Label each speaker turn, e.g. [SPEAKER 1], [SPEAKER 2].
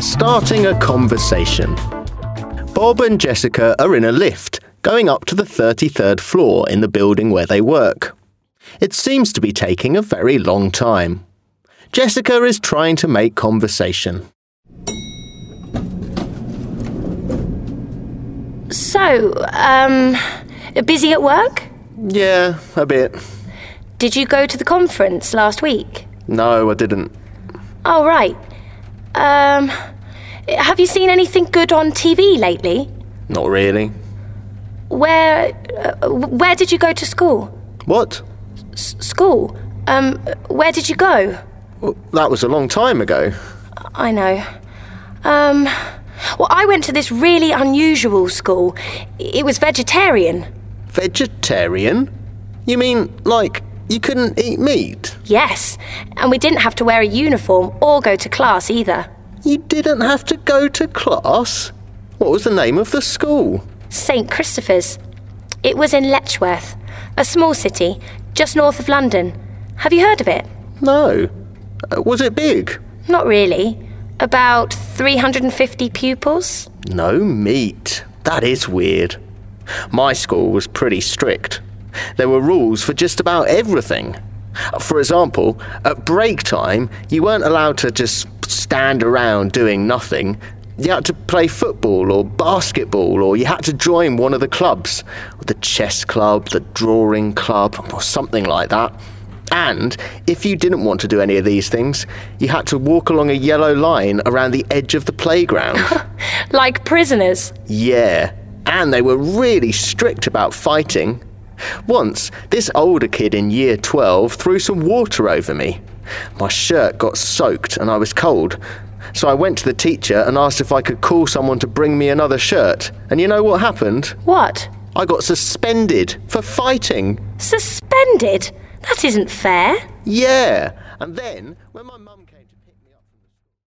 [SPEAKER 1] starting a conversation. Bob and Jessica are in a lift, going up to the 33rd floor in the building where they work. It seems to be taking a very long time. Jessica is trying to make conversation.
[SPEAKER 2] So, um, busy at work?
[SPEAKER 1] Yeah, a bit.
[SPEAKER 2] Did you go to the conference last week?
[SPEAKER 1] No, I didn't.
[SPEAKER 2] Oh, right. Um, have you seen anything good on TV lately?
[SPEAKER 1] Not really.
[SPEAKER 2] Where, uh, where did you go to school?
[SPEAKER 1] What?
[SPEAKER 2] S- school? Um, where did you go?
[SPEAKER 1] Well, that was a long time ago.
[SPEAKER 2] I know. Um, well, I went to this really unusual school. It was vegetarian.
[SPEAKER 1] Vegetarian? You mean, like, you couldn't eat meat?
[SPEAKER 2] Yes, and we didn't have to wear a uniform or go to class either.
[SPEAKER 1] You didn't have to go to class? What was the name of the school?
[SPEAKER 2] St. Christopher's. It was in Letchworth, a small city just north of London. Have you heard of it?
[SPEAKER 1] No. Uh, Was it big?
[SPEAKER 2] Not really. About 350 pupils?
[SPEAKER 1] No meat. That is weird. My school was pretty strict. There were rules for just about everything. For example, at break time, you weren't allowed to just stand around doing nothing. You had to play football or basketball, or you had to join one of the clubs the chess club, the drawing club, or something like that. And if you didn't want to do any of these things, you had to walk along a yellow line around the edge of the playground.
[SPEAKER 2] Like prisoners.
[SPEAKER 1] Yeah, and they were really strict about fighting. Once, this older kid in year 12 threw some water over me. My shirt got soaked and I was cold. So I went to the teacher and asked if I could call someone to bring me another shirt. And you know what happened?
[SPEAKER 2] What?
[SPEAKER 1] I got suspended for fighting.
[SPEAKER 2] Suspended? That isn't fair.
[SPEAKER 1] Yeah. And then, when my mum came.